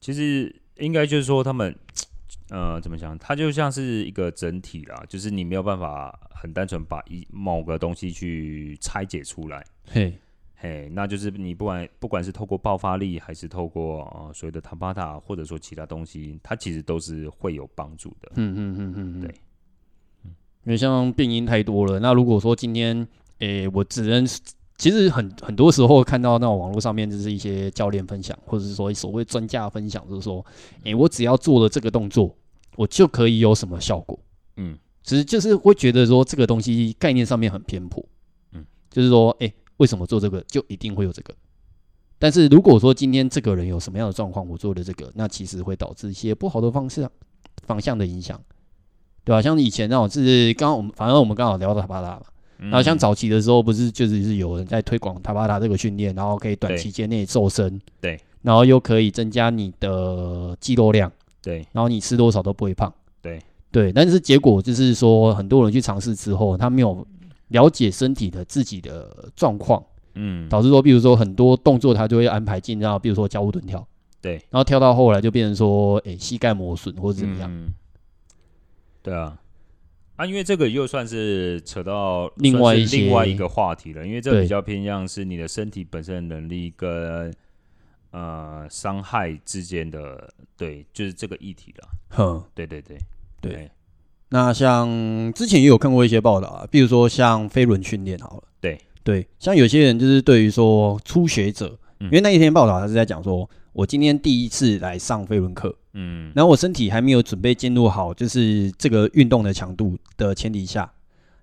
其实应该就是说他们，呃，怎么讲？它就像是一个整体啦，就是你没有办法很单纯把一某个东西去拆解出来。嘿，嘿，那就是你不管不管是透过爆发力，还是透过呃所谓的塔巴塔，或者说其他东西，它其实都是会有帮助的。嗯嗯嗯嗯，嗯对，因为像变音太多了，那如果说今天，诶、我只能。其实很很多时候看到那种网络上面就是一些教练分享，或者是说所谓专家分享，就是说，诶、嗯我只要做了这个动作，我就可以有什么效果。嗯，其实就是会觉得说这个东西概念上面很偏颇，嗯，就是说，哎、为什么做这个就一定会有这个？但是如果说今天这个人有什么样的状况，我做了这个，那其实会导致一些不好的方向方向的影响，对吧、啊像以前那种是刚刚我们，反正我们刚好聊到塔巴塔嘛，嗯然后像早期的时候，不是就是是有人在推广塔巴塔这个训练，然后可以短对期间内瘦身，对，然后又可以增加你的肌肉量。对然后你吃多少都不会胖。对对，但是结果就是说，很多人去尝试之后，他没有了解身体的自己的状况，嗯，导致说，比如说很多动作他就会安排进到，比如说交互蹲跳，对，然后跳到后来就变成说，诶、膝盖磨损或者怎么样。嗯、对啊，啊，因为这个又算是扯到另算外是一另外些一个话题了，因为这对比较偏向是你的身体本身的能力跟呃伤害之间的，对，就是这个议题了。哼，对对对对哎那像之前也有看过一些报道啊，比如说像飞轮训练好了，对对，像有些人就是对于说初学者，嗯因为那一天报道他是在讲说，我今天第一次来上飞轮课，嗯，然后我身体还没有准备进入好，就是这个运动的强度的前提下，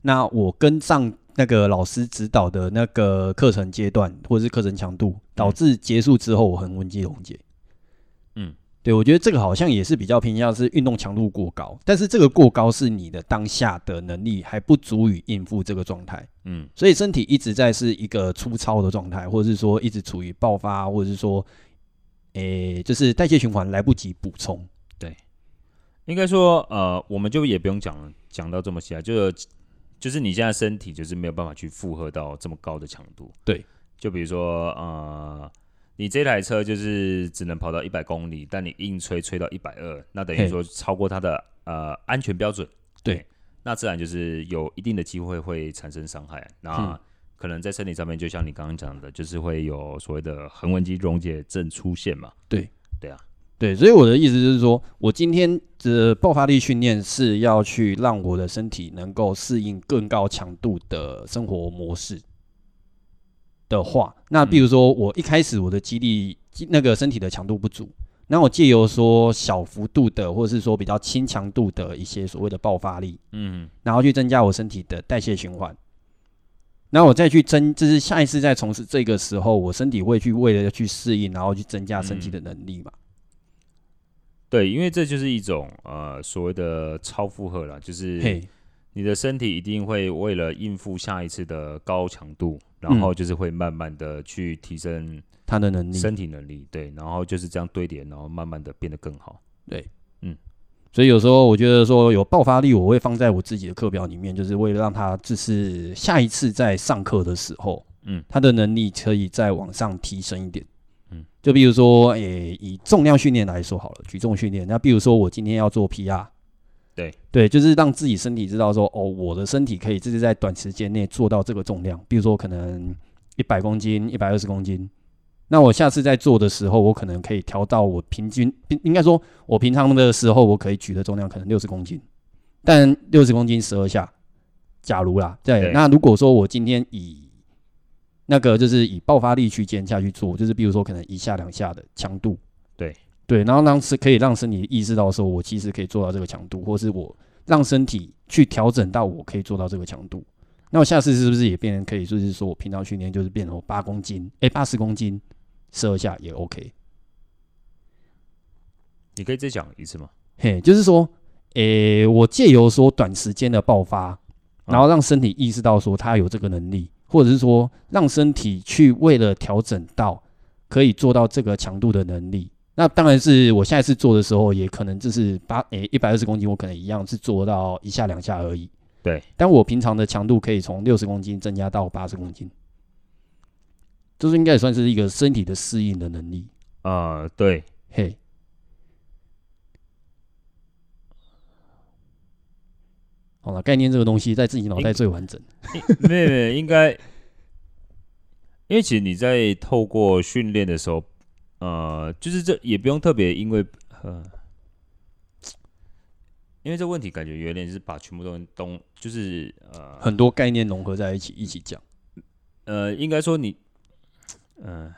那我跟上那个老师指导的那个课程阶段或者是课程强度，导致结束之后我很温肌溶解。嗯，对，我觉得这个好像也是比较偏向是运动强度过高，但是这个过高是你的当下的能力还不足以应付这个状态，嗯所以身体一直在是一个粗糙的状态，或者是说一直处于爆发，或者是说，诶、诶、就是代谢循环来不及补充。应该说，呃，我们就也不用讲了，讲到这么细啊，就是就是你现在身体就是没有办法去负荷到这么高的强度。对，就比如说，呃，你这台车就是只能跑到一百公里，但你硬吹吹到一百二，那等于嘿说超过它的呃安全标准。对，那自然就是有一定的机会会产生伤害。那嗯可能在身体上面，就像你刚刚讲的，就是会有所谓的横纹肌溶解症出现嘛。对，所以我的意思就是说，我今天的爆发力训练是要去让我的身体能够适应更高强度的生活模式的话，那比如说我一开始我的肌力肌那个身体的强度不足，那我借由说小幅度的或者是说比较轻强度的一些所谓的爆发力，嗯，然后去增加我身体的代谢循环。然后我再去增，就是下一次再从事这个时候，我身体会去为了去适应，然后去增加身体的能力嘛。对，因为这就是一种呃所谓的超负荷了，就是嘿，你的身体一定会为了应付下一次的高强度，然后就是会慢慢的去提升他的嗯能力。身体能力，对，然后就是这样堆叠，然后慢慢的变得更好。所以有时候我觉得说有爆发力，我会放在我自己的课表里面，就是为了让他就是下一次在上课的时候，嗯，他的能力可以再往上提升一点。嗯，就比如说，诶、以重量训练来说好了，举重训练。那比如说，我今天要做 PR，对对，就是让自己身体知道说，哦，我的身体可以就是在短时间内做到这个重量，比如说可能一百公斤、一百二十公斤。那我下次在做的时候，我可能可以调到我平均，应应该说，我平常的时候我可以举的重量可能六十公斤，但六十公斤十二下，假如啦，对对。那如果说我今天以那个就是以爆发力区间下去做，就是比如说可能一下两下的强度，对对，然后让是可以让身体意识到说，我其实可以做到这个强度，或是我让身体去调整到我可以做到这个强度。那我下次是不是也变成可以，就是说我平常训练就是变成我八公斤，哎、八十公斤，十二下也 OK。你可以再讲一次吗？嘿，就是说，诶、我借由说短时间的爆发，嗯然后让身体意识到说它有这个能力，或者是说让身体去为了调整到可以做到这个强度的能力。那当然是我下一次做的时候，也可能就是八诶一百二十公斤，我可能一样是做到一下两下而已。对，但我平常的强度可以从六十公斤增加到八十公斤，就是应该也算是一个身体的适应的能力。呃，对，嘿，好了，概念这个东西在自己脑袋最完哎整。 没有没有，应该，因为其实你在透过训练的时候，呃，就是这也不用特别，因为呃，因为这问题感觉有点是把全部东西东，就是呃很多概念融合在一起一起讲。呃，应该说你，嗯、呃，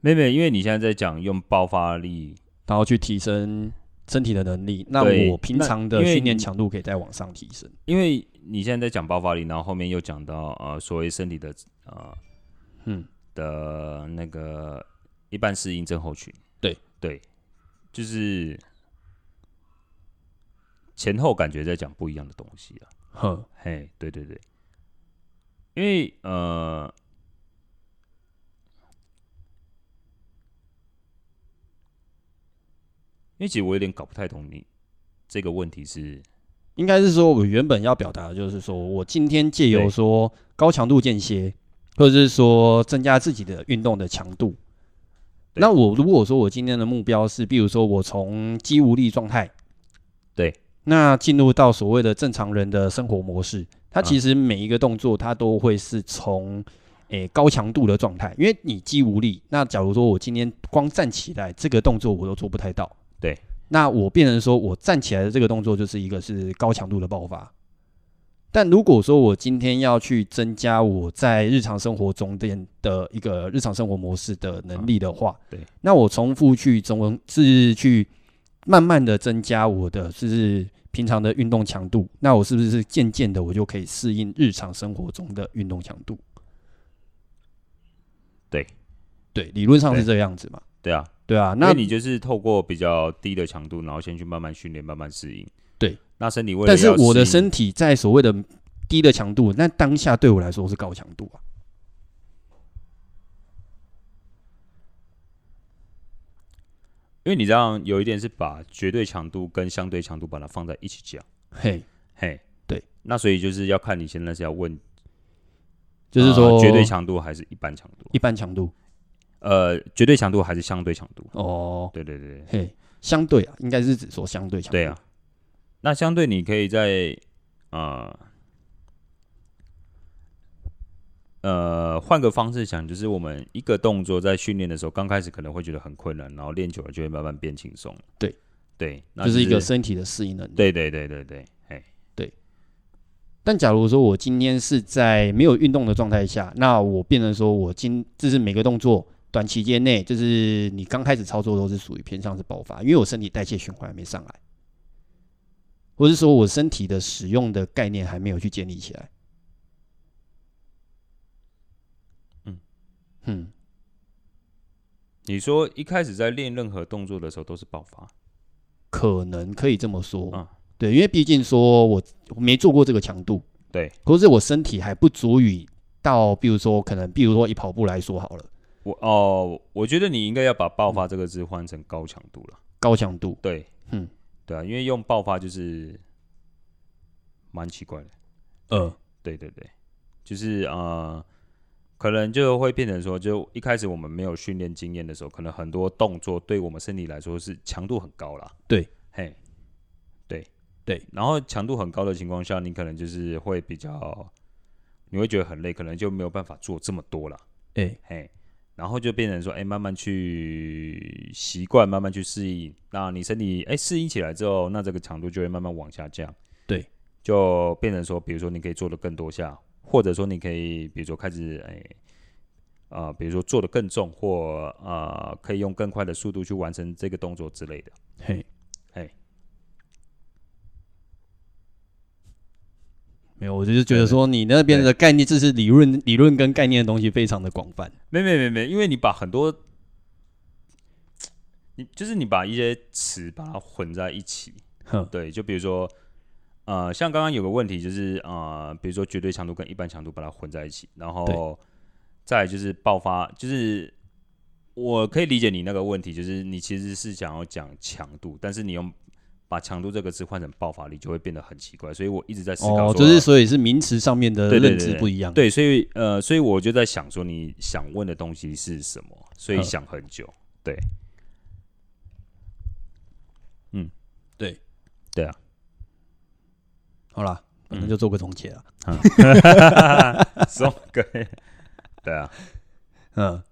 妹妹，因为你现在在讲用爆发力，然后去提升身体的能力，让对我平那常因的为训练你强度可以再往上提升。因为你现在在讲爆发力，然后后面又讲到呃所谓身体的呃嗯的那个一般适应症候群，对对，就是前后感觉在讲不一样的东西啊。呵，嘿，对对对，因为呃，因为其实我有点搞不太懂你这个问题是，应该是说我原本要表达的就是说我今天借由对说高强度间歇，或者是说增加自己的运动的强度。对那我如果说我今天的目标是，比如说我从肌无力状态，对，那进入到所谓的正常人的生活模式，它嗯其实每一个动作它都会是从诶、高强度的状态，因为你肌无力，那假如说我今天光站起来这个动作我都做不太到，对，那我变成说我站起来的这个动作就是一个是高强度的爆发。但如果说我今天要去增加我在日常生活中的的一个日常生活模式的能力的话，啊对，那我重复去中是去慢慢的增加我的就是平常的运动强度，那我是不是渐渐的我就可以适应日常生活中的运动强度？对，对，理论上是对这样子嘛？对啊，对啊，那那你就是透过比较低的强度，然后先去慢慢训练，慢慢适应。对，那身体为了但是要我的适应身体在所谓的低的强度，那当下对我来说是高强度啊。因为你知道有一点是把绝对强度跟相对强度把它放在一起讲，嘿，嘿，对，那所以就是要看你现在是要问，就是说、呃绝对强度还是一般强度，一般强度呃，绝对强度还是相对强度，哦，对对对对嘿，相对啊，应该是指说相对强度，对啊，那相对你可以在呃呃换个方式想，就是我们一个动作在训练的时候，刚开始可能会觉得很困难，然后练久了就会慢慢变轻松。对对，那就是是一个身体的适应能力。对对对对对，哎，但假如说我今天是在没有运动的状态下，那我变成说我今就是每个动作短期间内，就是你刚开始操作都是属于偏向是爆发，因为我身体代谢循环还没上来，或是说我身体的使用的概念还没有去建立起来。嗯嗯，你说一开始在练任何动作的时候都是爆发，可能可以这么说，嗯对，因为毕竟说我我没做过这个强度，对，或是我身体还不足以到，比如说可能，比如说以跑步来说好了，我哦，我觉得你应该要把爆发这个字换成高强度了。高强度，对，嗯，对啊，因为用爆发就是蛮奇怪的。呃，对对对，就是呃，可能就会变成说，就一开始我们没有训练经验的时候，可能很多动作对我们身体来说是强度很高啦。对，嘿，对对，然后强度很高的情况下，你可能就是会比较，你会觉得很累，可能就没有办法做这么多啦。哎、嘿，然后就变成说，哎、慢慢去习惯，慢慢去适应。那你身体哎适、应起来之后，那这个强度就会慢慢往下降。对，就变成说，比如说你可以做的更多下，或者说你可以，比如说开始哎。啊、比如说做的更重，或啊可以用更快的速度去完成这个动作之类的。嘿，嘿，没有，我就是觉得说你那边的概念，就是理论、理论跟概念的东西非常的广泛。没没没没，因为你把很多，你就是你把一些词把它混在一起，哼，对，就比如说，呃，像刚刚有个问题就是，呃，比如说绝对强度跟一般强度把它混在一起，然后再来就是爆发，就是我可以理解你那个问题，就是你其实是想要讲强度，但是你用把强度这个字换成爆发力，就会变得很奇怪，所以我一直在思考说，，哦就是所以是名词上面的对对认对知对不一样。对，所以呃，所以我就在想说，你想问的东西是什么，所以嗯想很久，好啦，反嗯正就做个总结了。什 么鬼？对啊，嗯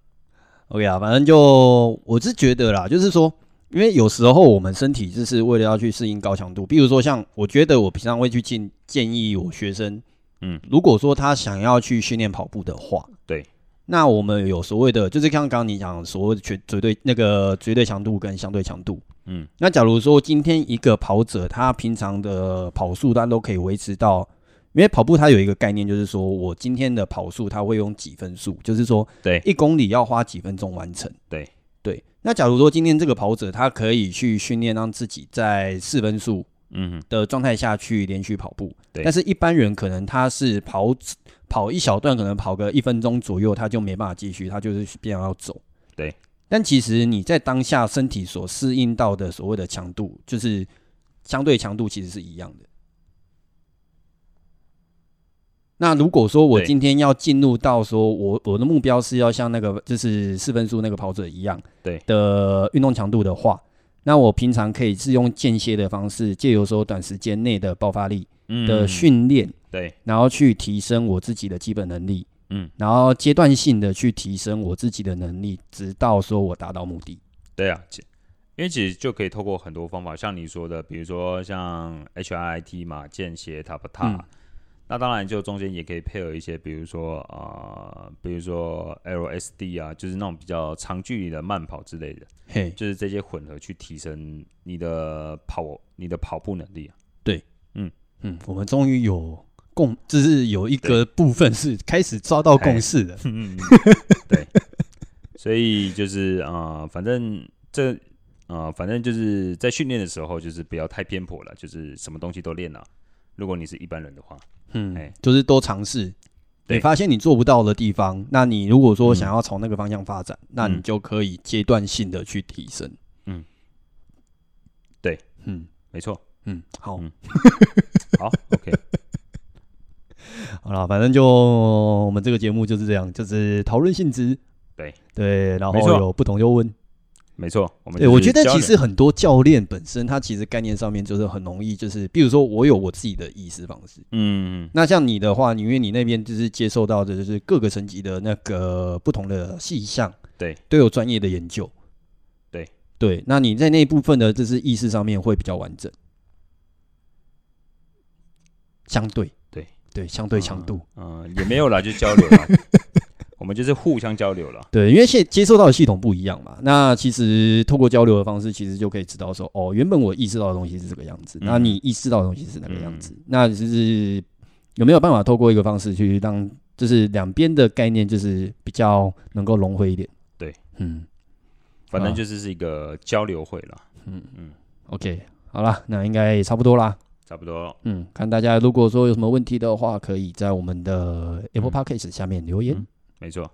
，OK 啊，反正就我是觉得啦，就是说，因为有时候我们身体就是为了要去适应高强度，比如说像我觉得我平常会去建建议我学生，嗯，如果说他想要去训练跑步的话，对，那我们有所谓的，就是像刚刚你讲的所谓的绝绝对那个绝对强度跟相对强度。嗯那假如说今天一个跑者，他平常的跑速他都可以维持到，因为跑步它有一个概念，就是说我今天的跑速它会用几分数，就是说对一公里要花几分钟完成。对对，那假如说今天这个跑者他可以去训练让自己在四分数嗯哼。的状态下去连续跑步，对但是一般人可能他是跑跑一小段，可能跑个一分钟左右，他就没办法继续，他就是变要走。对，但其实你在当下身体所适应到的所谓的强度，就是相对强度其实是一样的。那如果说我对今天要进入到说我我的目标是要像那个就是四分数那个跑者一样，对的运动强度的话，那我平常可以是用间歇的方式，借由说短时间内的爆发力嗯的训练，对，然后去提升我自己的基本能力，嗯，然后阶段性的去提升我自己的能力，直到说我达到目的。对啊，其因为其实就可以透过很多方法，像你说的，比如说像 HIIT 嘛，间歇、塔不塔，嗯那当然就中间也可以配合一些，比如说呃，比如说 LSD 啊，就是那种比较长距离的慢跑之类的，嘿，就是这些混合去提升你的跑你的跑步能力啊。嗯，我们终于有共，就是有一个部分是开始抓到共识的。嗯，对，所以就是啊、呃反正这啊、呃反正就是在训练的时候，就是不要太偏颇了，就是什么东西都练了、如果你是一般人的话，嗯哎，就是多尝试。对你发现你做不到的地方，那你如果说想要朝那个方向发展，那你嗯就可以阶段性的去提升。嗯嗯没错。嗯，好，嗯好，OK，好了，反正就我们这个节目就是这样，就是讨论性质。对对，然后没错有不懂就问。没错。我们对，就是我觉得交其流实很多教练本身他其实概念上面就是很容易，就是比如说我有我自己的意识方式。嗯，那像你的话，因为你那边就是接受到的就是各个层级的那个不同的细项，对，都有专业的研究，对对。那你在那一部分的就是意识上面会比较完整，相对对对相对强度，嗯、也没有啦，就交流啦。我们就是互相交流了。对，因为现接受到的系统不一样嘛，那其实透过交流的方式，其实就可以知道说，哦，原本我意识到的东西是这个样子，那嗯你意识到的东西是哪个样子，那就是有没有办法透过一个方式去让，就是两边的概念就是比较能够融汇一点。对，嗯反正啊就是是一个交流会啦， ，OK，好啦，那应该也差不多啦。差不多。嗯，看大家如果说有什么问题的话，可以在我们的 Apple Podcast 下面留言。嗯没错，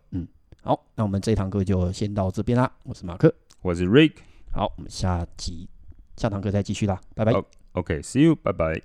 好，那我们这一堂课就先到这边啦，我是马克，我是 Rick。好，我们下集下堂课再继续啦，拜拜。好 OK，See、you，拜拜。